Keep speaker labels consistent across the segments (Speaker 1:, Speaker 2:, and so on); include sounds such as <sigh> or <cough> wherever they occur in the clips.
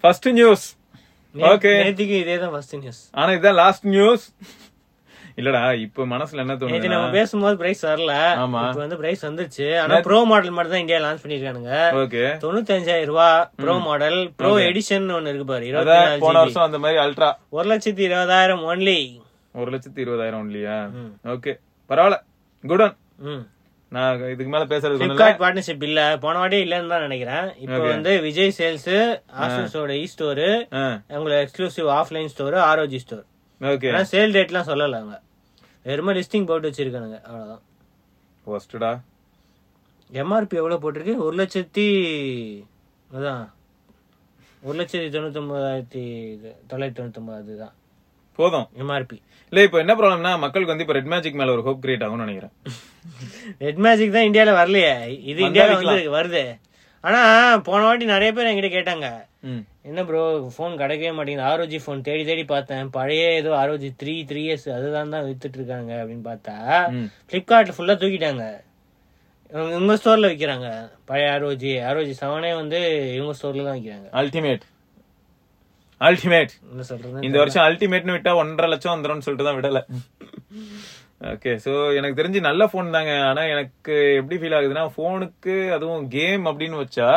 Speaker 1: First news
Speaker 2: நே-
Speaker 1: okay
Speaker 2: நேத்திக்கு இதே தான் ஃபர்ஸ்ட் நியூஸ்
Speaker 1: ஆனா இதான் லாஸ்ட் நியூஸ் இல்லடா இப்ப மனசுல என்ன
Speaker 2: நேத்து நம்ம
Speaker 1: தோணுது
Speaker 2: பேசும்போது பிரைஸ் வரல
Speaker 1: ஆமா.
Speaker 2: இப்போ வந்து பிரைஸ் வந்துருச்சு ஆனா ப்ரோ மாடல் மட்டும் தான் இந்தியா லான்ச் பண்ணிருக்கானுங்க
Speaker 1: ஓகே
Speaker 2: தொண்ணூத்தஞ்சாயிரம் ரூபாய் ப்ரோ மாடல் ப்ரோ எடிஷன் ஒன்னு இருக்கு பாரு இருபத்தி
Speaker 1: அதான்
Speaker 2: நாலு
Speaker 1: போன
Speaker 2: GB.
Speaker 1: வருஷம் அந்த மாதிரி அல்ட்ரா
Speaker 2: ஒரு லட்சத்தி இருபதாயிரம் ஒன்லி
Speaker 1: ஒரு லட்சத்து இருபதாயிரம் இல்லையா ஓகே பரவாயில்ல குட் ஒன் நான் இதுக்கு மேல பேசுறது ஒண்ணும் இல்ல.
Speaker 2: பிளிப்கார்ட் பார்ட்னர்ஷிப் இல்ல போன வாட்டி இல்லன்னு தான் நினைக்கிறேன் இப்போ வந்து விஜய் சேல்ஸ் ஆசன்ஸோட இ ஸ்டோரு
Speaker 1: ஆ
Speaker 2: உங்களோட exclusive offline store ROG store
Speaker 1: okay
Speaker 2: ஆனா சேல் ரேட்லாம் சொல்லல அவங்க வெறும லிஸ்டிங் போட்டு வச்சிருக்கானுங்க அவ்வளவுதான்
Speaker 1: ஃபர்ஸ்ட்டா
Speaker 2: எம்ஆர்பி எவ்வளவு போட்டிருக்கு ஒரு லட்சத்தி அதான் ஒரு லட்சத்தி தொண்ணூத்தி ஒன்பதாயிரத்தி தொள்ளாயிரத்தி தொண்ணூத்தி ஒன்பது தான்
Speaker 1: போதும்
Speaker 2: எம்ஆர்பி
Speaker 1: இல்ல இப்போ என்ன ப்ராப்ளம்னா மக்களுக்கு வந்து இப்போ ரெட் மேஜிக் மேல ஒரு ஹோப் கிரியேட் ஆகும்னு நினைக்கிறேன்
Speaker 2: ரெட் மேஜிக் தான் இந்தியால வரலையே இது இந்தியால வந்து வருது ஆனா போன வாட்டி நிறைய பேர் என்கிட்ட கேட்டாங்க
Speaker 1: ம்
Speaker 2: என்ன ப்ரோ ஃபோன் கிடைக்கவே மாட்டேங்குது ஆரோஜி ஃபோன் தேடி தேடி பார்த்தேன் பழைய ஏதோ ஆரோஜி த்ரீ த்ரீ இயர்ஸ் அதுதான் தான் வித்துட்டு இருக்காங்க அப்படின்னு பார்த்தா
Speaker 1: ம்.
Speaker 2: ஃப்ளிப்கார்ட்ல ஃபுல்லா தூக்கிட்டாங்க இவங்க இவங்க ஸ்டோர்ல விற்கிறாங்க பழைய ஆரோஜி ஆரோஜி செவனே வந்து இவங்க ஸ்டோர்ல தான் விற்கிறாங்க
Speaker 1: அல்டிமேட் அல்டிமேட்
Speaker 2: என்ன சொல்றது
Speaker 1: இந்த வருஷம் அல்டிமேட்னு விட்டா ஒன்றரை லட்சம் வந்துடும்னு சொல்லிட்டு தான் விடல ஓகே ஸோ எனக்கு தெரிஞ்சு நல்ல ஃபோன் தாங்க ஆனா எனக்கு எப்படி ஃபீல் ஆகுதுன்னா ஃபோனுக்கு அதுவும் கேம் அப்படின்னு வச்சா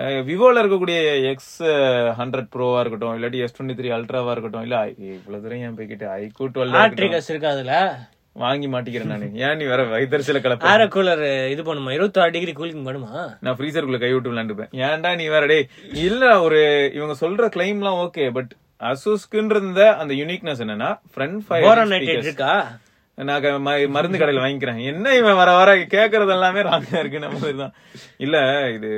Speaker 1: அஹ், விவோல இருக்கக்கூடிய எக்ஸ் ஹண்ட்ரட் ப்ரோவா இருக்கட்டும் இல்லாட்டி எஸ் டுவெண்ட்டி த்ரீ அல்ட்ராவா இருக்கட்டும் இல்ல I- இவ்வளவு தூரம் ஏன் போய்கிட்டு ஐக்கூ டுவெல்
Speaker 2: ஆர்ட்ரிகஸ் இருக்கு அதுல
Speaker 1: வாங்கி மாட்டிக்கிறேன் நானு ஏன் நீ வேற வைத்தறிச்சல கலப்ப
Speaker 2: ஆர கூலர் இது பண்ணுமா இருபத்தாறு டிகிரி கூலிங் பண்ணுமா
Speaker 1: நான் ஃப்ரீசருக்குள்ள கைவிட்டு விளையாண்டுப்பேன் ஏன்டா நீ வேற டேய் இல்ல ஒரு இவங்க சொல்ற கிளைம்லாம் ஓகே பட் அசோஸ்க்குன்ற இருந்த அந்த யூனிக்னஸ் என்னன்னா front
Speaker 2: boron
Speaker 1: five
Speaker 2: nitrate oh இருக்கா
Speaker 1: நான் க- ம- மருந்து கடையில் வாங்கிக்கிறேன் என்ன இவன் வர வர கேட்கறது எல்லாமே ராங்கா இருக்கு நம்ம தான் இல்ல இது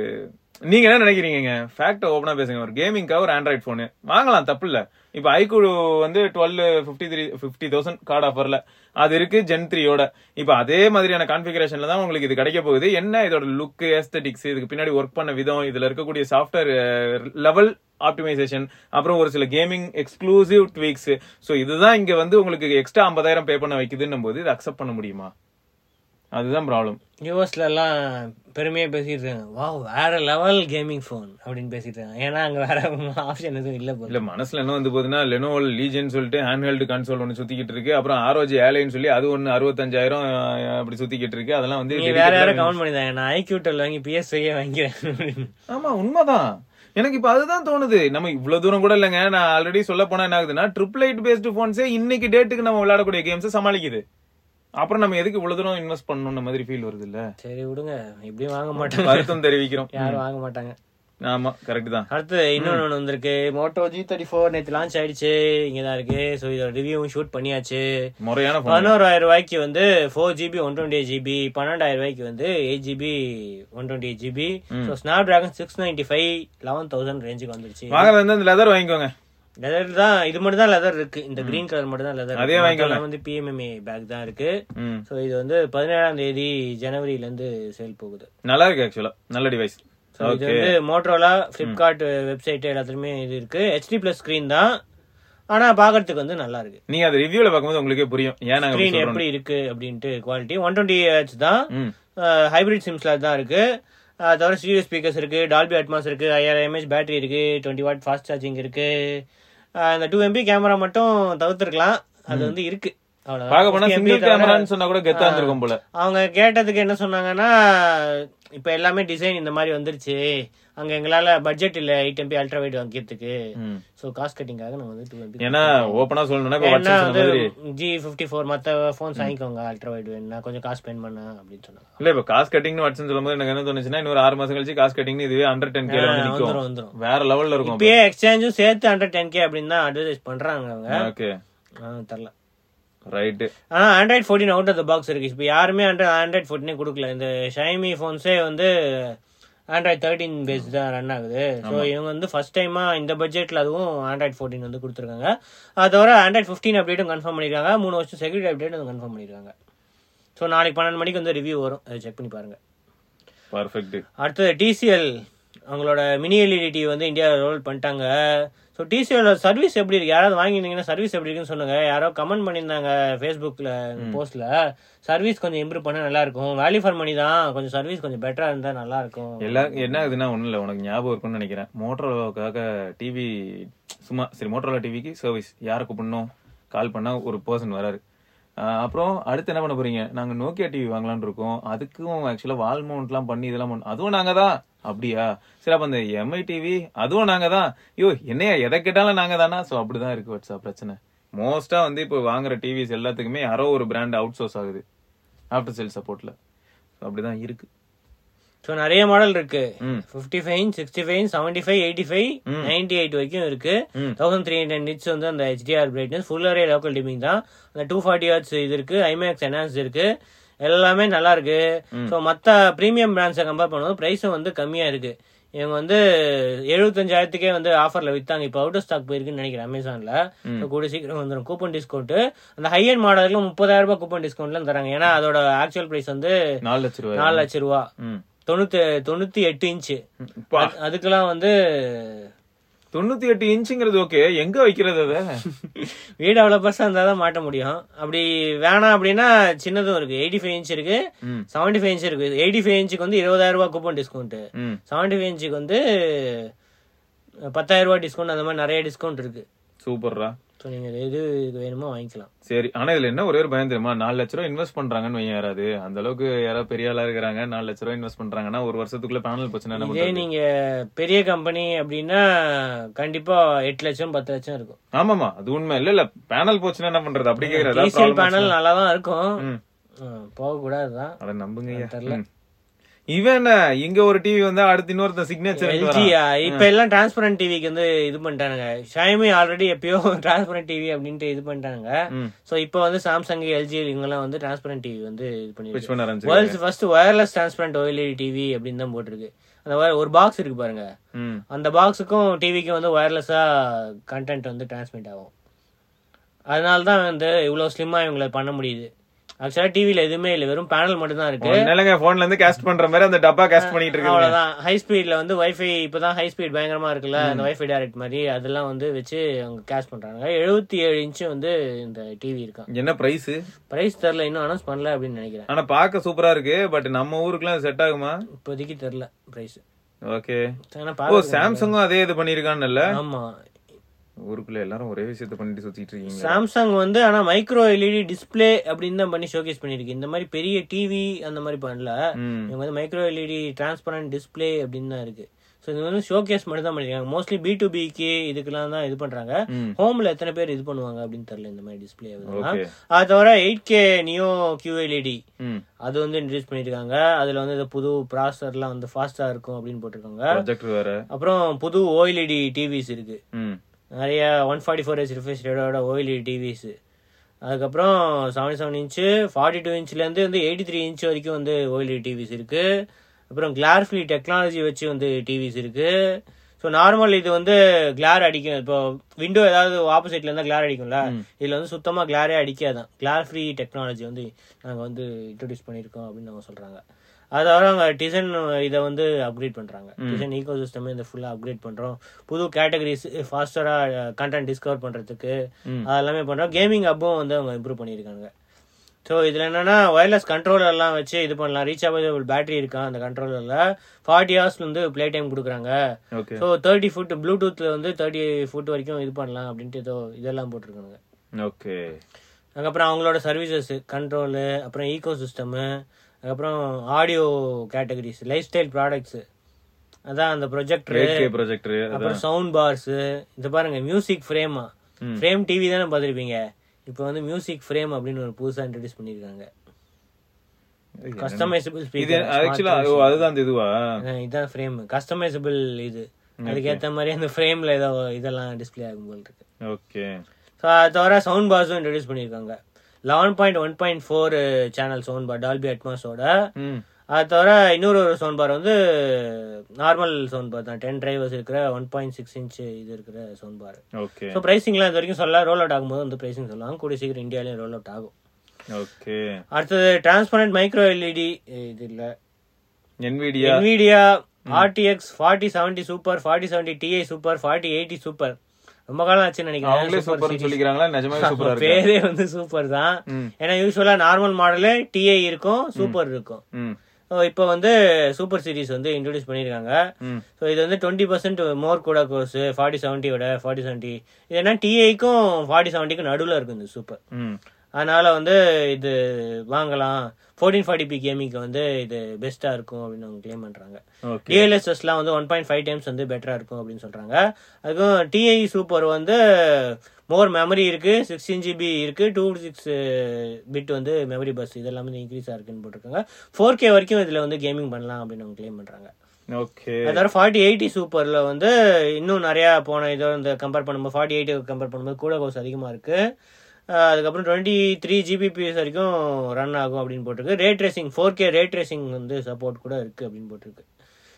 Speaker 1: நீங்க என்ன நினைக்கிறீங்க ஃபேக்ட் ஓப்பனா பேசுங்க ஒரு கேமிங்காக ஒரு ஆண்ட்ராய்ட் ஃபோனு வாங்கலாம் தப்பு இல்ல இப்போ ஐக்கூ வந்து twelve fifty three fifty thousand card ஆஃபர்ல அது இருக்கு ஜென் த்ரீயோட இப்போ அதே மாதிரியான கான்ஃபிகரேஷன்ல தான் உங்களுக்கு இது கிடைக்க போகுது என்ன இதோட லுக் ஏஸ்தட்டிக்ஸ் இதுக்கு பின்னாடி ஒர்க் பண்ண விதம் இதுல இருக்கக்கூடிய சாஃப்ட்வேர் லெவல் ஆப்டிமைசேஷன் அப்புறம் ஒரு சில கேமிங் எக்ஸ்க்ளூசிவ் ட்வீக்ஸ் ஸோ இதுதான் இங்க வந்து உங்களுக்கு எக்ஸ்ட்ரா ஐம்பதாயிரம் பே பண்ண வைக்குதுன்னும் போது இது அக்செப்ட் பண்ண முடியுமா அதுதான் ப்ராப்ளம்
Speaker 2: யூஎஸ்ல எல்லாம் பெருமையா பேசிட்டு இருக்காங்க வா வேற லெவல் கேமிங் ஃபோன் அப்படின்னு பேசிட்டு இருக்காங்க ஏன்னா அங்க வேற ஆப்ஷன் எதுவும் இல்ல போல
Speaker 1: இல்ல மனசுல என்ன வந்து போகுதுன்னா லெனோவோ லீஜன் சொல்லிட்டு ஹேண்ட்ஹெல்டு கன்சோல் ஒன்று சுத்திக்கிட்டு இருக்கு அப்புறம் ஆரோஜி ஏலைன்னு சொல்லி அது ஒன்று அறுபத்தஞ்சாயிரம் அப்படி சுத்திக்கிட்டு இருக்கு அதெல்லாம் வந்து
Speaker 2: நீங்க வேற யாரும் கமெண்ட் பண்ணிருந்தாங்க நான் ஐக்யூ டுவெல் வாங்கி பிஎஸ் ஐயே வாங்கிக்கிறேன் அப்படின்னு.
Speaker 1: ஆமா உண்மைதான் எனக்கு இப்ப அதுதான் தோணுது நம்ம இவ்வளவு தூரம் கூட இல்லைங்க நான் ஆல்ரெடி சொல்ல போனா என்ன ஆகுதுன்னா ட்ரிபிள் எயிட் பேஸ்டு போன்ஸே இன்னைக்கு டேட்டுக்கு நம்ம விளையாடக்கூடிய கேம்ஸ் சமாளிக்குது அப்புறம் நம்ம எதுக்கு இவ்வளவு தூரம் இன்வெஸ்ட் பண்ணணும்னு மாதிரி ஃபீல் வருது இல்ல
Speaker 2: சரி விடுங்க இப்படியும் வாங்க மாட்டாங்க
Speaker 1: வருத்தம் தெரிவிக்கிறோம்
Speaker 2: யாரும் வாங்க மாட்டாங்க
Speaker 1: ஆமா கரெக்ட் தான்
Speaker 2: அடுத்து இன்னொன்று ஒன்று வந்திருக்கு மோட்டோ ஜி தேர்ட்டி ஃபோர் நேற்று லான்ச் ஆயிடுச்சு இங்கே தான் இருக்கு ஸோ இதோட ரிவ்யூவும் ஷூட் பண்ணியாச்சு
Speaker 1: முறையான போன்
Speaker 2: பதினோராயிரம் ரூபாய்க்கு வந்து four GB one twenty eight GB பன்னெண்டாயிரம் ரூபாய்க்கு வந்து eight GB one twenty eight GB so Snapdragon six ninety five eleven thousand ரேஞ்சுக்கு வந்துருச்சு
Speaker 1: வாங்குறது வந்து அந்த லெதர் வாங்கிக்கோங்க
Speaker 2: லெதர் தான் இது மட்டும் தான் லெதர் இருக்கு இந்த கிரீன் கலர் மட்டும் தான் லெதர்
Speaker 1: அதே வாங்கிக்கலாம்.
Speaker 2: வந்து பிஎம்எம்ஏ பேக் தான் இருக்கு
Speaker 1: ம்.
Speaker 2: ஸோ இது வந்து பதினேழாம் தேதி ஜனவரில இருந்து சேல் போகுது
Speaker 1: நல்லா இருக்கு ஆக்சுவலா நல்ல டிவைஸ்
Speaker 2: ஸோ இது வந்து மோட்ரோலா ஃப்ளிப்கார்ட் வெப்சைட் எல்லாத்துலயுமே இது இருக்கு ஹெச்டி பிளஸ் ஸ்க்ரீன் தான் ஆனா பாக்குறதுக்கு வந்து நல்லா இருக்கு
Speaker 1: நீங்க அது ரிவ்யூல பார்க்கும்போது உங்களுக்கே புரியும் ஏன் நாங்க
Speaker 2: ஸ்க்ரீன் எப்படி இருக்கு அப்படின்ட்டு குவாலிட்டி ஒன் டுவெண்ட்டி ஹெச் தான் ஹைபிரிட் சிம்ஸ்ல தான் இருக்கு அஹ் தவிர ஸ்டீரியோ ஸ்பீக்கர்ஸ் இருக்கு டால்பி அட்மாஸ் இருக்கு ஐயாயிரம் எம்ஏஹெச் பேட்டரி இருக்கு டுவெண்ட்டி வாட் ஃபாஸ்ட் சார்ஜிங் இருக்கு அஹ் அந்த டூ எம்பி கேமரா மட்டும் தவிர்த்துருக்கலாம் அது வந்து இருக்கு அவ்வளவுதான்.
Speaker 1: பார்க்க போனா
Speaker 2: 50 MB
Speaker 1: சிங்கிள்
Speaker 2: தவிர
Speaker 1: கேமரான்னு சொன்னா கூட கெத்தா இருந்திருக்கும் போல
Speaker 2: அவங்க கேட்டதுக்கு என்ன சொன்னாங்கன்னா இப்ப எல்லாமே டிசைன் இந்த மாதிரி வந்துருச்சு அங்க எங்களால பட்ஜெட் இல்ல எயிட் எம்பி அல்ட்ரா வைட் வாங்கிக்கிறதுக்கு
Speaker 1: ம்.
Speaker 2: சோ காஸ்ட் கட்டிங்காக நம்ம வந்து டூ எம்பி
Speaker 1: ஏன்னா ஓப்பனா சொல்லணும்னா இப்ப
Speaker 2: ஏன்னா
Speaker 1: WhatsApp சொன்ன
Speaker 2: வந்து
Speaker 1: மாதிரி
Speaker 2: ஜி ஃபிஃப்டி ஃபோர் மற்ற ஃபோன்ஸ் வாங்கிக்கோங்க அல்ட்ரா வைட் வேணும்னா கொஞ்சம் காசு ஸ்பெண்ட் பண்ண அப்படின்னு சொன்னாங்க
Speaker 1: இல்ல இப்ப காசு கட்டிங்னு வாட்ஸ்அப் சொல்லும்போது எனக்கு என்ன தோணுச்சுன்னா இன்னொரு ஆறு மாசம் கழிச்சு காசு கட்டிங் இதுவே ஹண்ட்ரட் டென் கேல வந்து நிக்கும்
Speaker 2: வந்துரும் வந்துரும்
Speaker 1: வேற லெவல்ல இருக்கும்
Speaker 2: இப்பயே எக்ஸ்சேஞ்சும் சேர்த்து ஹண்ட்ரட் டென் கே அப்படின்னு தான் அட்வர்டைஸ் பண்றாங்க அவங்க
Speaker 1: ஓகே
Speaker 2: ஆ, தெரியல
Speaker 1: ரைட்
Speaker 2: ஆனா Android fourteen out of the box இருக்கு இப்போ யாருமே ஆண்ட்ராய்ட் ஆண்ட்ராய்ட் ஃபோர்டினே கொடுக்கல இந்த ஷைமி ஃபோன்ஸே வந்து ஆண்ட்ராய்ட் தேர்ட்டீன் பேஸ் தான் ரன் ஆகுது ஸோ இவங்க வந்து ஃபர்ஸ்ட் டைமா இந்த பட்ஜெட்ல அதுவும் ஆண்ட்ராய்ட் ஃபோர்டின் வந்து கொடுத்துருக்காங்க அது தவிர ஆண்ட்ராய்ட் ஃபிஃப்டீன் அப்டேட்டும் கன்ஃபார்ம் பண்ணிருக்காங்க மூணு வருஷம் செக்யூரிட்டி அப்டேட்டும் கன்ஃபார்ம் பண்ணிருக்காங்க ஸோ நாளைக்கு பன்னெண்டு மணிக்கு வந்து ரிவ்யூ வரும் அதை செக் பண்ணி பாருங்க
Speaker 1: பர்ஃபெக்ட்
Speaker 2: அடுத்தது டிசிஎல் அவங்களோட மினி எல்இடி வந்து இந்தியா ரோல் பண்ணிட்டாங்க ஸோ டிசியோட சர்வீஸ் எப்படி இருக்கு யாராவது வாங்கியிருந்தீங்கன்னா சர்வீஸ் எப்படி இருக்குன்னு சொல்லுங்க யாரோ கமெண்ட் பண்ணியிருந்தாங்க ஃபேஸ்புக்கில் போஸ்ட்ல சர்வீஸ் கொஞ்சம் இம்ப்ரூவ் பண்ணா நல்லா இருக்கும் வேல்யூ ஃபார் மணி தான் கொஞ்சம் சர்வீஸ் கொஞ்சம் பெட்டரா இருந்தா நல்லா இருக்கும்
Speaker 1: எல்லா என்ன ஆகுதுன்னா ஒண்ணும் இல்ல உனக்கு ஞாபகம் இருக்கும்னு நினைக்கிறேன் மோட்டரோலாவுக்காக டிவி சும்மா சரி மோட்டரோலா டிவிக்கு சர்வீஸ் யாரை கூப்பிடணும் கால் பண்ணா ஒரு பர்சன் வராரு ஆஹ் அப்புறம் அடுத்து என்ன பண்ண போறீங்க நாங்க நோக்கியா டிவி வாங்கலாம்னு இருக்கோம் அதுக்கும் ஆக்சுவலா வால் மவுண்ட்லாம் பண்ணி இதெல்லாம் பண்ண அதுவும் நாங்க தான் அப்படியா சரி அப்ப அந்த எம்ஐ டிவி அதுவும் நாங்க தான் ஐயோ என்னையா எதை கேட்டாலும் நாங்க தானா சோ அப்படிதான் இருக்கு வாட்ஸ்அப் பிரச்சனை மோஸ்டா வந்து இப்போ வாங்குற டிவிஸ் எல்லாத்துக்குமே யாரோ ஒரு பிராண்ட் அவுட் சோர்ஸ் ஆகுது ஆஃப்டர் சேல் சப்போர்ட்ல அப்படிதான் இருக்கு
Speaker 2: ஸோ நிறைய மாடல் இருக்கு
Speaker 1: ம்
Speaker 2: fifty five sixty five seventy five eighty five ninety eight வரைக்கும் இருக்கு
Speaker 1: ம்.
Speaker 2: தௌசண்ட் த்ரீ ஹண்ட்ரட் நிட்ஸ் வந்து அந்த HDR brightness full array local dimming தான் அந்த டூ ஃபார்ட்டி ஹார்ட்ஸ் இது இருக்கு ஐமேக்ஸ் என்ஹான்ஸ் இருக்கு எல்லாமே நல்லா இருக்கு ஸோ மற்ற ப்ரீமியம் பிராண்ட்ஸை கம்பேர் பண்ணும்போது ப்ரைஸும் வந்து கம்மியா இருக்கு இவங்க வந்து எழுபத்தஞ்சாயிரத்துக்கே வந்து ஆஃபர்ல வித்தாங்க இப்போ அவுட் ஆஃப் ஸ்டாக் போயிருக்குன்னு நினைக்கிறேன் அமேசான்ல ஸோ கூட சீக்கிரம் வந்துடும் கூப்பன் டிஸ்கவுண்ட் அந்த ஹையண்ட் மாடலுக்கு முப்பதாயிரம் ரூபாய் கூப்பன் டிஸ்கவுண்ட்லாம் தராங்க ஏன்னா அதோட ஆக்சுவல் பிரைஸ் வந்து
Speaker 1: நாலு லட்ச ரூபாய்
Speaker 2: நாலு லட்ச ரூபா
Speaker 1: ம்.
Speaker 2: தொண்ணூத்தி தொண்ணூத்தி எட்டு இன்ச்சு
Speaker 1: இப்ப
Speaker 2: அது- அதுக்கெல்லாம் வந்து
Speaker 1: தொண்ணூத்தி எட்டு இன்ச்சுங்கிறது ஓகே எங்க வைக்கிறது அதை
Speaker 2: வீடு டெவலப்பர்ஸா இருந்தா தான் மாட்ட முடியும் அப்படி வேணாம் அப்படின்னா சின்னதும் இருக்கு எயிட்டி ஃபைவ் இன்ச் இருக்கு
Speaker 1: ம்.
Speaker 2: செவன்டி ஃபைவ் இன்ச் இருக்கு எயிட்டி ஃபைவ் இன்ச்சுக்கு வந்து இருபதாயிரம் ரூபாய் கூப்பன் டிஸ்கவுண்ட்
Speaker 1: ம்.
Speaker 2: செவன்டி ஃபைவ் இன்ச்சுக்கு வந்து பத்தாயிரம் ரூபாய் டிஸ்கவுண்ட் அந்த மாதிரி நிறைய டிஸ்கவுண்ட் இருக்கு
Speaker 1: சூப்பர்ரா
Speaker 2: ஸோ நீங்க எது இது வேணுமோ வாங்கிக்கலாம்
Speaker 1: சரி ஆனா இதுல என்ன ஒரே ஒரு பயம் தெரியுமா நாலு லட்ச ரூபா இன்வெஸ்ட் பண்றாங்கன்னு வைங்க யாராவது அந்த அளவுக்கு யாராவது பெரிய ஆளா இருக்கிறாங்க நாலு லட்ச ரூபா இன்வெஸ்ட் பண்றாங்கன்னா ஒரு வருஷத்துக்குள்ள பேனல் பிரச்சனை என்ன
Speaker 2: இதே
Speaker 1: பண்றது?
Speaker 2: நீங்க பெரிய கம்பெனி அப்படின்னா கண்டிப்பா எட்டு லட்சம் பத்து லட்சம் இருக்கும்
Speaker 1: ஆமாமா அது உண்மை இல்ல இல்ல பேனல் போச்சுன்னா என்ன பண்றது அப்படி கேக்குறதா
Speaker 2: டிசிஎல் பேனல் நல்லா தான் இருக்கும்
Speaker 1: ம்.
Speaker 2: போக கூடாதுதான்
Speaker 1: அத நம்புங்க ஐயா.
Speaker 2: தெரியல.
Speaker 1: ம். இவன் என்ன இங்க ஒரு டிவி வந்தா அடுத்து இன்னொருத்த சிக்னேச்சர்
Speaker 2: எல்ஜியா இப்ப எல்லாம் டிரான்ஸ்பரண்ட் டிவிக்கு வந்து இது பண்ணிட்டானுங்க ஷாமி ஆல்ரெடி எப்பயோ <laughs> டிரான்ஸ்பரண்ட் டிவி அப்படின்ட்டு இது பண்ணிட்டாங்க
Speaker 1: ம்.
Speaker 2: சோ இப்போ வந்து சாம்சங் எல்ஜி இவங்கெல்லாம் வந்து டிரான்ஸ்பரண்ட் டிவி வந்து இது
Speaker 1: பிச்
Speaker 2: பண்ணிருக்கு
Speaker 1: பண்ண ஆரம்பிச்சு
Speaker 2: world's first wireless transparent OLED TV அப்படின்னு தான் போட்டிருக்கு அந்த wire- ஒரு பாக்ஸ் இருக்கு பாருங்க
Speaker 1: ம்.
Speaker 2: அந்த பாக்ஸுக்கும் டிவிக்கும் வந்து ஒயர்லெஸ்ஸா கண்டென்ட் வந்து டிரான்ஸ்மிட் ஆகும் அதனால தான் வந்து இவ்வளோ ஸ்லிம்மாக இவங்களை பண்ண முடியுது ஆக்சுவலாக டிவியில் எதுவுமே இல்லை வெறும் பேனல் மட்டும்தான் இருக்கு
Speaker 1: என்னலங்க போன்ல இருந்து கேஸ்ட் பண்ற மாதிரி அந்த டப்பா கேஸ்ட் பண்ணிட்டு இருக்காங்க
Speaker 2: அவ்வளவுதான் ஹை ஸ்பீட்ல வந்து வைஃபை இப்பதான் ஹை ஸ்பீட் பயங்கரமா இருக்குல்ல அந்த வைஃபை டைரக்ட் மாதிரி அதெல்லாம் வந்து வச்சு அவங்க கேஷ் பண்றாங்க எழுபத்தி ஏழு இன்ச்சு வந்து இந்த டிவி இருக்கான்
Speaker 1: என்ன பிரைஸ்
Speaker 2: பிரைஸ் தெரியல இன்னும் அனௌன்ஸ் பண்ணல அப்படின்னு நினைக்கிறேன்
Speaker 1: ஆனா பார்க்க சூப்பரா இருக்கு பட் நம்ம ஊருக்குலாம் செட் ஆகுமா
Speaker 2: இப்போதைக்கு தெரியல பிரைஸ்
Speaker 1: ஓகே
Speaker 2: ஆனா
Speaker 1: ஓ
Speaker 2: பாக்க
Speaker 1: சாம்சங்கும் அதே இது பண்ணிருக்கான்னு
Speaker 2: ஆமா
Speaker 1: ஊருக்குள்ள எல்லாரும் ஒரே விஷயத்த பண்ணிட்டு சுத்திட்டு இருக்கீங்க
Speaker 2: சாம்சங் வந்து ஆனா மைக்ரோ எல்இடி டிஸ்ப்ளே அப்படின்னு தான் பண்ணி ஷோகேஸ் பண்ணிருக்கு இந்த மாதிரி பெரிய டிவி அந்த மாதிரி பண்ணல
Speaker 1: ம்.
Speaker 2: இவங்க வந்து மைக்ரோ எல்இடி டிரான்ஸ்பரண்ட் டிஸ்ப்ளே அப்படின்னு தான் இருக்கு ஸோ இது வந்து ஷோகேஸ் மட்டும் தான் பண்ணிருக்காங்க மோஸ்ட்லி பி டு பிக்கு இதுக்கெல்லாம் தான் இது பண்றாங்க
Speaker 1: ம்.
Speaker 2: ஹோம்ல எத்தனை பேர் இது பண்ணுவாங்க அப்படின்னு தெரியல இந்த மாதிரி டிஸ்பிளே இதெல்லாம்
Speaker 1: Okay.
Speaker 2: அது தவிர எயிட் கே நியோ கியூஎல்இடி
Speaker 1: ம்
Speaker 2: E அது வந்து இன்ட்ரடியூஸ் பண்ணிருக்காங்க அதுல வந்து இந்த புது ப்ராசர்லாம் வந்து ஃபாஸ்டா இருக்கும் அப்படின்னு போட்டிருக்காங்க
Speaker 1: ப்ரொஜெக்ட் வேற
Speaker 2: அப்புறம் புது E ஓஎல்இடி டிவிஸ் இருக்கு
Speaker 1: ம்
Speaker 2: நிறைய one forty four H refresh ரேட்டோட ஓஎல்இடி டிவிஸ் அதுக்கப்புறம் seventy seven inch forty two இன்ச்லேருந்து வந்து எயிட்டி த்ரீ இன்ச் வரைக்கும் வந்து E ஓஎல்இடி டிவிஸ் இருக்கு அப்புறம் கிளார்ஃப்ளி டெக்னாலஜி வச்சு வந்து டிவிஸ் இருக்கு ஸோ நார்மல் இது வந்து கிளார் அடிக்கும் இப்போ விண்டோ ஏதாவது ஆப்போசிட்ல இருந்தால் கிளார் அடிக்கும்ல இதில் வந்து சுத்தமாக கிளாரே அடிக்காதான் கிளார் ஃப்ரீ டெக்னாலஜி வந்து நாங்கள் வந்து இன்ட்ரடியூஸ் பண்ணியிருக்கோம் அப்படின்னு அவங்க சொல்கிறாங்க அதாவது அவங்க டிசைன் இதை வந்து அப்கிரேட் பண்ணுறாங்க டிசைன் ஈகோ சிஸ்டமே இந்த ஃபுல்லாக அப்கிரேட் பண்ணுறோம் புது கேட்டகரிஸ் ஃபாஸ்டராக கண்டென்ட் டிஸ்கவர் பண்ணுறதுக்கு அதெல்லாமே பண்ணுறோம் கேமிங் அப்பும் வந்து அவங்க இம்ப்ரூவ் பண்ணியிருக்காங்க ஸோ இதில் என்னன்னா ஒயர்லெஸ் கண்ட்ரோலர்லாம் வச்சு இது பண்ணலாம் ரீசார்ஜபிள் பேட்டரி இருக்கான் அந்த கண்ட்ரோலரில் ஃபார்ட்டி ஹவர்ஸ்ல வந்து ப்ளே டைம் கொடுக்குறாங்க
Speaker 1: ஓகே
Speaker 2: ஸோ தேர்ட்டி ஃபுட் ப்ளூடூத்தில் வந்து தேர்ட்டி ஃபுட் வரைக்கும் இது பண்ணலாம் அப்படின்ட்டு ஏதோ இதெல்லாம் போட்டிருக்காங்க
Speaker 1: ஓகே
Speaker 2: அதுக்கப்புறம் அவங்களோட சர்வீசஸ் கண்ட்ரோலு அப்புறம் ஈகோ சிஸ்டமு அதுக்கப்புறம் audio categories lifestyle products அதான் அந்த ப்ரொஜெக்டர்
Speaker 1: எயிட் கே ப்ரொஜெக்டர்
Speaker 2: அப்புறம் சவுண்ட் பார்ஸு இது பாருங்க மியூசிக் ஃப்ரேமா ஃப்ரேம் டிவி தானே பார்த்துருப்பீங்க இப்போ வந்து மியூசிக் ஃப்ரேம் அப்படின்னு ஒரு புதுசாக இன்ட்ரடியூஸ் பண்ணியிருக்காங்க கஸ்டமைசபிள்
Speaker 1: இது
Speaker 2: ஸ்பீக்கர்
Speaker 1: ஆக்சுவலா அதுதான் அந்த இதுவா
Speaker 2: இதுதான் ஃப்ரேம் கஸ்டமைசபிள் இது அதுக்கேற்ற மாதிரி அந்த ஃப்ரேமில் ஏதோ இதெல்லாம் டிஸ்ப்ளே ஆகும் போல் இருக்கு
Speaker 1: ஓகே
Speaker 2: ஸோ அது தவிர சவுண்ட் பாஸும் இன்ட்ரடியூஸ் பண்ணியிருக்காங்க eleven point one point four channel sound bar Dolby அட்மாஸோட
Speaker 1: ம்
Speaker 2: அது தவிர இன்னொரு ஒரு சவுண்ட் பார் வந்து நார்மல் சவுண்ட் பார் தான் டென் டிரைவர்ஸ் இருக்கிற ஒன் பாயிண்ட் சிக்ஸ் இன்ச் இது இருக்கிற சவுண்ட் பார்
Speaker 1: ஓகே
Speaker 2: ஸோ ப்ரைஸிங்லாம் இது வரைக்கும் சொல்ல ரோல் அவுட் ஆகும்போது வந்து ப்ரைஸிங் சொல்லலாம் கூடிய சீக்கிரம் இந்தியாவிலேயும் ரோல் அவுட் ஆகும்
Speaker 1: ஓகே
Speaker 2: E அடுத்தது டிரான்ஸ்பரண்ட் மைக்ரோ எல்இடி இது இல்லை
Speaker 1: Nvidia
Speaker 2: NVIDIA RTX forty seventy super forty seventy Ti super forty eighty super ரொம்ப காலம்
Speaker 1: அவங்களே
Speaker 2: ஆச்சுன்னு நினைக்கிறேன் சூப்பர்
Speaker 1: சூப்பர்னு சொல்லிக்கிறாங்களா நிஜமாவே
Speaker 2: <laughs>
Speaker 1: சூப்பரா இருக்கு
Speaker 2: பேரே வந்து சூப்பர் தான்
Speaker 1: ம்.
Speaker 2: ஏன்னா யூஸ்வலா நார்மல் மாடலு டிஐ இருக்கும் சூப்பர் இருக்கும்
Speaker 1: ம்
Speaker 2: இப்போ வந்து சூப்பர் சீரிஸ் வந்து இன்ட்ரடியூஸ் பண்ணியிருக்காங்க
Speaker 1: ம்
Speaker 2: ஸோ இது வந்து டுவெண்ட்டி பர்சன்ட் மோர் கூட கோர்ஸ் ஃபார்ட்டி செவன்ட்டியோட ஃபார்ட்டி செவன்ட்டி இது என்ன டிஐக்கும் ஃபார்ட்டி செவன்ட்டிக்கும் நடுவில் இருக்கும் இந்த சூப்பர்
Speaker 1: ம்
Speaker 2: அதனால வந்து இது வாங்கலாம் ஃபோர்டீன் ஃபார்ட்டி பி கேமிங்க்கு வந்து இது பெஸ்ட்டாக இருக்கும் அப்படின்னு அவங்க கிளைம் பண்ணுறாங்க
Speaker 1: ஓகே
Speaker 2: டிஎல்எஸ்எஸ்லாம் வந்து ஒன் பாயிண்ட் ஃபைவ் டைம்ஸ் வந்து பெட்டராக இருக்கும் அப்படின்னு சொல்கிறாங்க அதுக்கும் டிஐ சூப்பர் வந்து மோர் மெமரி இருக்குது சிக்ஸ்டீன் ஜிபி இருக்குது டூ சிக்ஸ் பிட் uh, வந்து மெமரி பஸ் இதெல்லாம் வந்து இன்க்ரீஸாக இருக்குன்னு போட்டிருக்காங்க ஃபோர் கே வரைக்கும் இதில் வந்து கேமிங் பண்ணலாம் அப்படின்னு அவங்க கிளைம் பண்ணுறாங்க
Speaker 1: ஓகே
Speaker 2: அதாவது ஃபார்ட்டி எயிட்டி சூப்பர்ல வந்து இன்னும் நிறையா போன இதோ இந்த கம்பேர் பண்ணும்போது ஃபார்ட்டி எயிட்டி கம்பேர் பண்ணும்போது கூட கோர்ஸ் அதிகமாக இருக்கு அஹ் அதுக்கப்புறம் டுவெண்ட்டி த்ரீ ஜிபிபிஎஸ் வரைக்கும் ரன் ஆகும் அப்படின்னு போட்டிருக்கு ray tracing four K ray tracing வந்து சப்போர்ட் கூட இருக்கு அப்படின்னு போட்டிருக்கு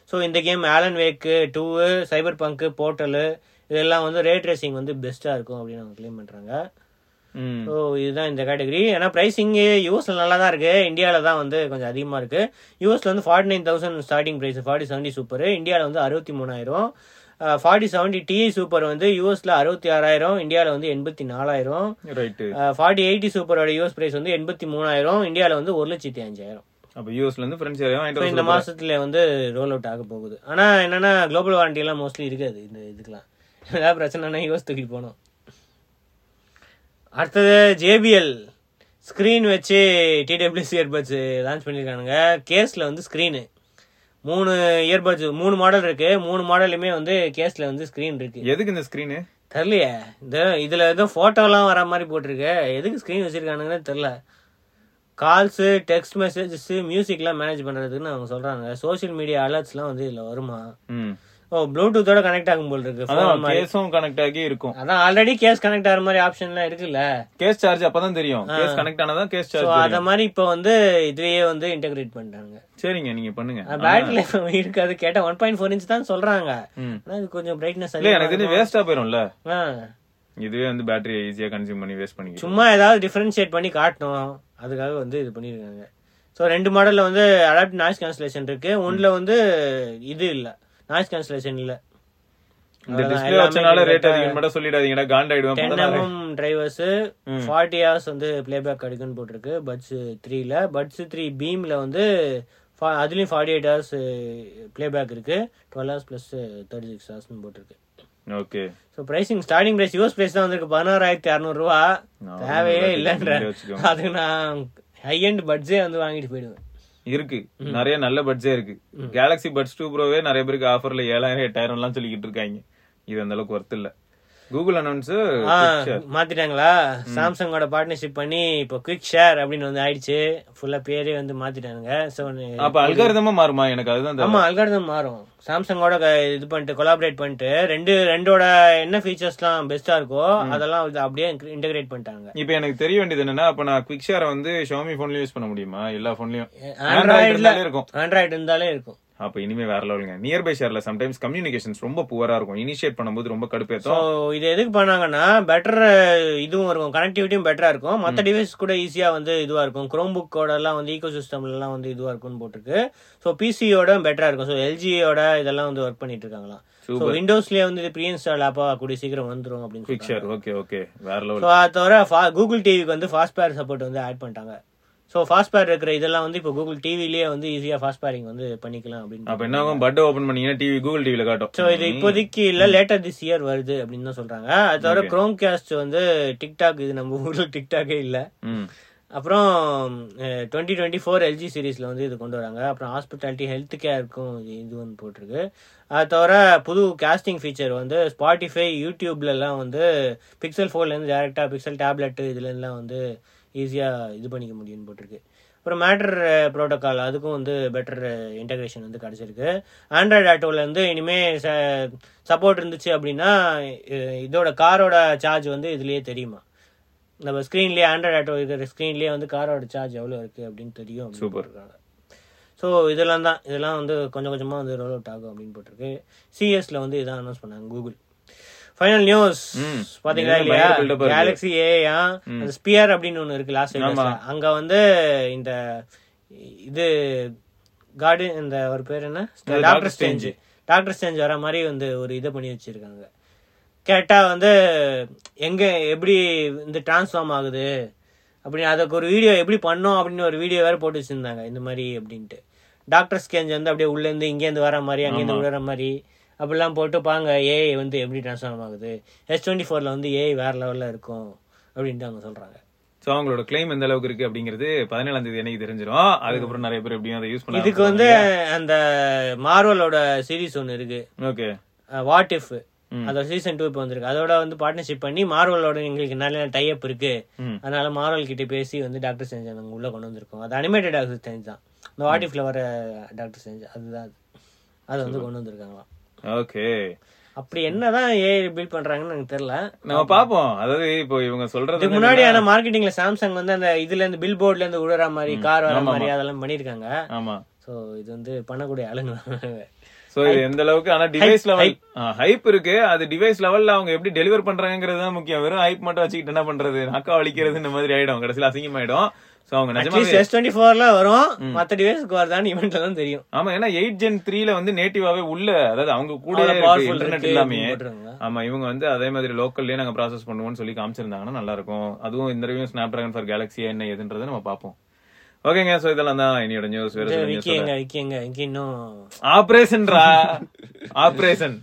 Speaker 2: ஸோ இந்த game Alan Wake two Cyberpunk Portal இதெல்லாம் வந்து ரேட் ரேசிங் வந்து பெஸ்ட்டாக இருக்கும் அப்படின்னு அவங்க கிளைம் பண்ணுறாங்க
Speaker 1: ம்
Speaker 2: ஸோ இதுதான் இந்த கேட்டகரி ஏன்னா ப்ரைஸிங்கு யூஎஸ்ல நல்லா தான் இருக்கு இந்தியாவில் தான் வந்து கொஞ்சம் அதிகமாக இருக்கு யூஎஸ்ல வந்து forty nine thousand starting price forty seventy super இந்தியாவில் வந்து அறுபத்தி மூணாயிரம் ஃபார்ட்டி செவன்டி டிஐ சூப்பர் வந்து யூஎஸ்ல அறுபத்தி ஆறாயிரம் இந்தியாவில் வந்து எண்பத்தி நாலாயிரம்
Speaker 1: ரைட்டு
Speaker 2: ஃபார்ட்டி எயிட்டி சூப்பரோட யூஎஸ் ப்ரைஸ் வந்து எண்பத்தி மூணாயிரம் இந்தியாவில் வந்து ஒரு லட்சத்தி அஞ்சாயிரம்
Speaker 1: அப்ப யூஎஸ்ல இருந்து ஃப்ரெண்ட்ஸ் யாரையும் வாங்கிட்டு
Speaker 2: ஸோ
Speaker 1: வர
Speaker 2: இந்த
Speaker 1: சொல்லுங்க.
Speaker 2: மாசத்துல வந்து ரோல் அவுட் ஆக போகுது ஆனால் என்னன்னா குளோபல் வாரண்டி எல்லாம் மோஸ்ட்லி இருக்காது இந்த இதுக்கெல்லாம் ஏதாவது பிரச்சனைனா யோசிச்சு தூக்கி போகணும் அடுத்தது ஜேபிஎல் ஸ்க்ரீன் வச்சு டிடபிள்யூசி இயர்பட்ஸ் லான்ச் பண்ணியிருக்கானுங்க கேஸில் வந்து ஸ்க்ரீனு மூணு இயர்பட்ஸ் மூணு மாடல் இருக்கு மூணு மாடலுமே வந்து கேஸில் வந்து ஸ்க்ரீன் இருக்கு
Speaker 1: எதுக்கு இந்த ஸ்கிரீனு
Speaker 2: தெரியலையே இந்த இதுல எதுவும் போட்டோலாம் வர மாதிரி போட்டிருக்கு எதுக்கு ஸ்க்ரீன் வச்சிருக்கானுங்கன்னு தெரியல கால்ஸு டெக்ஸ்ட் மெசேஜஸ் மியூசிக்லாம் மேனேஜ் பண்றதுக்குன்னு அவங்க சொல்றாங்க சோஷியல் மீடியா அலர்ட்ஸ்லாம் வந்து இதுல வருமா
Speaker 1: ம்
Speaker 2: ஓ ப்ளூடூத்தோட கனெக்ட் ஆகும் போல் இருக்கு phone
Speaker 1: அதான்
Speaker 2: மாதிரி.
Speaker 1: கேஸும் கனெக்ட் ஆகி இருக்கும்
Speaker 2: அதான் ஆல்ரெடி கேஸ் கனெக்ட் ஆகிற மாதிரி ஆப்ஷன்லாம் இருக்குல்ல
Speaker 1: கேஸ் சார்ஜ் அப்பதான் தெரியும் கேஸ் கனெக்ட் ஆனாதான் கேஸ்
Speaker 2: ஸோ
Speaker 1: சார்ஜ்
Speaker 2: அத மாதிரி இப்போ வந்து இதுலயே வந்து இன்டகிரேட் பண்ணிட்டாங்க
Speaker 1: சரிங்க நீங்க பண்ணுங்க
Speaker 2: பேட்டரி <laughs> லைஃப் இருக்காது கேட்டா ஒன் பாயிண்ட் ஃபோர் இன்ச் தான் சொல்றாங்க
Speaker 1: ம்.
Speaker 2: ஆனா இது கொஞ்சம் பிரைட்னஸ்
Speaker 1: இல்ல எனக்கு தெரிஞ்சு வேஸ்டா போயிரும்ல
Speaker 2: ஆ
Speaker 1: இதுவே வந்து பேட்டரியை ஈஸியா கன்சியூம் பண்ணி வேஸ்ட் பண்ணிக்கலாம்
Speaker 2: சும்மா ஏதாவது டிஃபரன்ஷியேட் பண்ணி காட்டணும் அதுக்காக வந்து இது பண்ணியிருக்காங்க ஸோ ரெண்டு மாடலில் வந்து அடாப்ட் நாய்ஸ் கேன்சலேஷன் இருக்கு ஒன்றில் வந்து இது இல்லை நாய்ஸ் கேன்சலேஷன் இல்லை
Speaker 1: இந்த டிஸ்பிளே வச்சனால ரேட் அதிகம் மட்டும் சொல்லிடாதீங்கடா காண்டாயிடுவேன்
Speaker 2: டென்
Speaker 1: போல
Speaker 2: எம்எம் டிரைவர்ஸு ஃபார்ட்டி ஹவர்ஸ் வந்து பிளேபேக் கிடைக்குன்னு போட்டிருக்கு பட்ஸ் த்ரீல பட்ஸ் த்ரீ பீமில் வந்து fa- அதுலயும் ஃபார்ட்டி எயிட் ஹவர்ஸ் பிளேபேக் இருக்கு twelve hours plus thirty six ஹவர்ஸ்னு போட்டிருக்கு
Speaker 1: okay
Speaker 2: so pricing starting price US price தான் வந்திருக்கு பதினோராயிரத்தி அறநூறுவா
Speaker 1: நான்
Speaker 2: தேவையே
Speaker 1: வந்து
Speaker 2: இல்லைன்ற
Speaker 1: இங்கே வச்சுக்கோ.
Speaker 2: அதுக்கு நான் ஹை அண்ட் பட்ஜே வந்து வாங்கிட்டு போயிடுவேன்
Speaker 1: இருக்கு நிறைய நல்ல பட்ஜே இருக்கு கேலக்ஸி பட்ஸ் டூ ப்ரோவே நிறைய பேருக்கு ஆஃபர்ல ஏழாயிரம் எட்டாயிரம் எல்லாம் சொல்லிக்கிட்டு இருக்காங்க இது அந்த அளவுக்கு ஒர்த் இல்ல கூகுள் அனௌன்ஸ்
Speaker 2: ஆ, மாத்திட்டாங்களா சாம்சங்கோட பார்ட்னர்ஷிப் பண்ணி இப்போ குவிக் ஷேர் அப்படின்னு வந்து ஆயிடுச்சு ஃபுல்லா பேரே வந்து மாத்திட்டாங்க ஸோ
Speaker 1: அப்ப அல்காரிதமா மாறுமா எனக்கு அதுதான் தேவை.
Speaker 2: ஆமா அல்காரிதம் மாறும் சாம்சங்கோட க- இது பண்ணிட்டு கொலாபரேட் பண்ணிட்டு ரெண்டு ரெண்டோட என்ன ஃபீச்சர்ஸ்லாம் பெஸ்டா இருக்கோ அதெல்லாம் வந்து அப்படியே இன்டகிரேட் பண்ணிட்டாங்க
Speaker 1: இப்ப எனக்கு தெரிய வேண்டியது என்னன்னா அப்ப நான் குவிக் ஷேரை வந்து ஷோமி போன்லயும் யூஸ் பண்ண முடியுமா எல்லா போன்லயும்
Speaker 2: ஆண்ட்ராய்டுல
Speaker 1: இருக்கும்
Speaker 2: ஆண்ட்ராய்டு இருந்தாலே இருக்கும்
Speaker 1: அப்ப இனிமே வேற லெவலுங்க நியர்பை ஷேர்ல சம்டைம்ஸ் கம்யூனிகேஷன்ஸ் ரொம்ப புவரா இருக்கும் இனிஷியேட் பண்ணும்போது ரொம்ப
Speaker 2: ஸோ
Speaker 1: கடுப்பேத்தும்
Speaker 2: இது எதுக்கு பண்ணாங்கன்னா பெட்டர் இதுவும் இருக்கும் கனெக்டிவிட்டியும் பெட்டரா இருக்கும் மற்ற டிவைஸ் கூட ஈஸியா வந்து இதுவா இருக்கும் குரோம் புக்கோட எல்லாம் வந்து ஈகோ சிஸ்டம்லாம் வந்து இதுவா இருக்கும்னு போட்டிருக்கு ஸோ பிசியோட பெட்டரா இருக்கும் ஸோ எல்ஜியோட இதெல்லாம் வந்து ஒர்க் பண்ணிட்டு இருக்காங்களாம் ஸோ
Speaker 1: சூப்பர்
Speaker 2: விண்டோஸ்லயே வந்து இது ப்ரீ இன்ஸ்டால் ஆப்பா கூடிய சீக்கிரம் வந்துரும் அப்படின்னு
Speaker 1: குவிக் ஷேர் ஓகே ஓகே வேற
Speaker 2: ஸோ
Speaker 1: லெவல்
Speaker 2: அதை தவிர கூகுள் டிவிக்கு வந்து ஃபாஸ்ட் பேர் சப்போர்ட் வந்து ஆட் பண்ணிட்டாங்க ஸோ ஃபாஸ்ட் பேர் இருக்கிற இதெல்லாம் வந்து இப்போ கூகுள் டிவிலேயே வந்து ஈஸியா ஃபாஸ்ட் பேரிங் வந்து பண்ணிக்கலாம் அப்படின்னு
Speaker 1: அப்ப என்ன ஆகும் பட் ஓபன் பண்ணீங்கன்னா டிவி கூகுள் டிவில
Speaker 2: ஸோ
Speaker 1: காட்டும்
Speaker 2: இது இப்போதைக்கு இல்ல லேட்டர் திஸ் இயர் வருது அப்படின்னு தான் சொல்றாங்க அது தவிர குரோம் கேஸ்ட் வந்து டிக்டாக் இது நம்ம ஊர்ல டிக்டாக்கே இல்ல
Speaker 1: ம்.
Speaker 2: அப்புறம் டுவெண்ட்டி டுவெண்ட்டி ஃபோர் எல்ஜி சீரீஸ்ல வந்து இது கொண்டு வராங்க அப்புறம் ஹாஸ்பிட்டாலிட்டி ஹெல்த் கேருக்கும் இது இது வந்து போட்டிருக்கு அது தவிர புது காஸ்டிங் ஃபீச்சர் வந்து ஸ்பாட்டிஃபை யூடியூப்ல எல்லாம் வந்து பிக்சல் ஃபோன்ல இருந்து டேரக்டா பிக்சல் டேப்லெட் இதுல எல்லாம் வந்து ஈஸியா இது பண்ணிக்க முடியும்னு போட்டிருக்கு அப்புறம் மேட்டர் ப்ரோட்டோக்கால் அதுக்கும் வந்து பெட்டர் இன்டகிரேஷன் வந்து கிடைச்சிருக்கு ஆண்ட்ராய்டு ஆட்டோவில் இருந்து இனிமேல் சப்போர்ட் இருந்துச்சு அப்படின்னா இ- இதோட காரோட சார்ஜ் வந்து இதுலயே தெரியுமா நம்ம ஸ்க்ரீன்லேயே ஆண்ட்ராய்டு ஆட்டோ இருக்கிற ஸ்க்ரீன்லேயே வந்து காரோட சார்ஜ் எவ்வளோ இருக்குது அப்படின்னு தெரியும் அப்படின்னு
Speaker 1: Super.
Speaker 2: போட்டிருக்காங்க ஸோ இதெல்லாம் தான் இதெல்லாம் வந்து கொஞ்சம் கொஞ்சமாக வந்து ரோல் அவுட் ஆகும் அப்படின்னு போட்டிருக்கு சிஎஸ்ல வந்து இதான் அனௌன்ஸ் பண்ணாங்க கூகுள் ஃபைனல் நியூஸ்
Speaker 1: ம்.
Speaker 2: பாத்தீங்களா
Speaker 1: இது
Speaker 2: இல்லையா
Speaker 1: பயங்கர build up ஆ இருக்கு.
Speaker 2: கேலக்ஸி ஏயா அந்த ஸ்பியர் அப்படின்னு ஒன்று இருக்கு லாஸ்ட் அங்க வந்து இந்த இது கார்டு இந்த ஒரு பேர் என்ன டாக்டர் ஸ்டேஞ்சு டாக்டர் ஸ்டேஞ்ச் வர மாதிரி வந்து ஒரு இதை பண்ணி வச்சிருக்காங்க கேட்டால் வந்து எங்கே எப்படி இந்த டிரான்ஸ்ஃபார்ம் ஆகுது அப்படின்னு அதுக்கு ஒரு வீடியோ எப்படி பண்ணோம் அப்படின்னு ஒரு வீடியோ வேறு போட்டு வச்சுருந்தாங்க இந்த மாதிரி அப்படின்ட்டு டாக்டர் ஸ்கேஞ்ச் வந்து அப்படியே உள்ளேருந்து இங்கேருந்து வர மாதிரி அங்கேருந்து விழுற மாதிரி அப்படிலாம் போட்டு பாங்க ஏஐ வந்து எப்படி டிரான்ஸ்ஃபார்ம் ஆகுது எஸ் டுவெண்ட்டி ஃபோரில் வந்து ஏஐ வேறு லெவலில் இருக்கும் அப்படின்ட்டு அவங்க சொல்கிறாங்க
Speaker 1: சோ அவங்களோட claim எந்த அளவுக்கு இருக்கு அப்படிங்கிறது பதினேழாம் தேதி எனக்கு தெரிஞ்சிடும் அதுக்கப்புறம் நிறைய பேர் எப்படியும் அதை யூஸ் பண்ண
Speaker 2: இதுக்கு வந்து அந்த மார்வலோட சீரிஸ் ஒன்று இருக்கு
Speaker 1: ஓகே
Speaker 2: வாட் இஃப் அதோட சீசன் டூ இப்போ வந்திருக்கு அதோட வந்து பார்ட்னர்ஷிப் பண்ணி மார்வலோட எங்களுக்கு நல்ல டைப் இருக்கு
Speaker 1: ம்.
Speaker 2: அதனால மார்வல் கிட்ட பேசி வந்து டாக்டர் செஞ்சு நாங்கள் உள்ள கொண்டு வந்திருக்கோம் அது அனிமேட்டட் டாக்டர் செஞ்சு தான் இந்த வாட் இஃப்ல வர டாக்டர் செஞ்சு அதுதான் அது. அது வந்து கொண்டு வந்திருக்காங்களாம்
Speaker 1: ஓகே
Speaker 2: அப்படி என்னதான் ஏஐ பில்ட் பண்றாங்கன்னு எனக்கு தெரியல
Speaker 1: நம்ம பாப்போம் அதாவது இப்போ இவங்க சொல்றது
Speaker 2: இதுக்கு முன்னாடி ஆனா மார்க்கெட்டிங்ல சாம்சங் வந்து அந்த இதுல இருந்து பில் போர்ட்ல இருந்து விழுற மாதிரி கார் வர மாதிரி அதெல்லாம் பண்ணிருக்காங்க
Speaker 1: ஆமா
Speaker 2: சோ இது வந்து பண்ணக்கூடிய ஆளுங்க
Speaker 1: சோ இது எந்த அளவுக்கு ஆனா டிவைஸ் லெவல் ஹைப் இருக்கு அது டிவைஸ் லெவல்ல அவங்க எப்படி டெலிவர் பண்றாங்கிறது தான் முக்கியம் வெறும் ஹைப் மட்டும் வச்சுக்கிட்டு என்ன பண்றது அக்கா வலிக்கிறது இந்த மாதிரி ஆயிடும் கடைசியில அசிங்கமாயிடும் சோ அவங்க நிஜமாவே
Speaker 2: அட்லீஸ்ட் எஸ் டுவெண்ட்டி ஃபோர்ல வரும் மத்த டிவைஸ்க்கு வருதான்னு இவெண்ட்ல தான் தெரியும்
Speaker 1: ஆமா ஏன்னா எயிட் ஜென் த்ரீல வந்து நேட்டிவாவே உள்ள அதாவது அவங்க கூட
Speaker 2: அவ்வளவு powerful
Speaker 1: இன்டர்நெட்
Speaker 2: இருக்கு
Speaker 1: எல்லாமே
Speaker 2: அப்படின்னு போட்டிருக்காங்க.
Speaker 1: ஆமா இவங்க வந்து அதே மாதிரி லோக்கல்லயே நாங்க ப்ராசஸ் பண்ணுவோம்னு சொல்லி காமிச்சிருந்தாங்கன்னா நல்லா இருக்கும் அதுவும் இந்த ரிவ்யூ ஸ்னாப் டிராகன் ஃபார் கேலக்ஸியா என்ன ஏதுன்றதை நம்ம பார்ப்போம் ஓகேங்க சோ இதெல்லாம் தான் என்னோட நியூஸ் வேற சில
Speaker 2: விக்கி எங்க விக்கி எங்க விக்கி இன்னும்
Speaker 1: ஆபரேஷன்ரா ஆபரேஷன்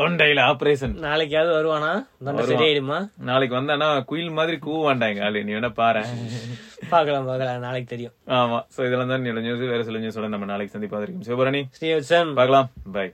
Speaker 1: தொண்டையில ஆபரேஷன்
Speaker 2: நாளைக்காவது வருவானா தொண்டை சரியாயிடுமா
Speaker 1: நாளைக்கு வந்தானா குயில் மாதிரி கூவாண்டா எங்க ஆளு நீ வேணா பாரு
Speaker 2: பார்க்கலாம் பார்க்கலாம் நாளைக்கு தெரியும்
Speaker 1: ஆமா சோ இதெல்லாம் தான் என்னோட நியூஸ் வேற சில நியூஸோட நம்ம நாளைக்கு சந்திப்பா இருக்கும் சிவபுரணி
Speaker 2: ஸ்ரீவத்சன்
Speaker 1: பார்க்கலாம் பை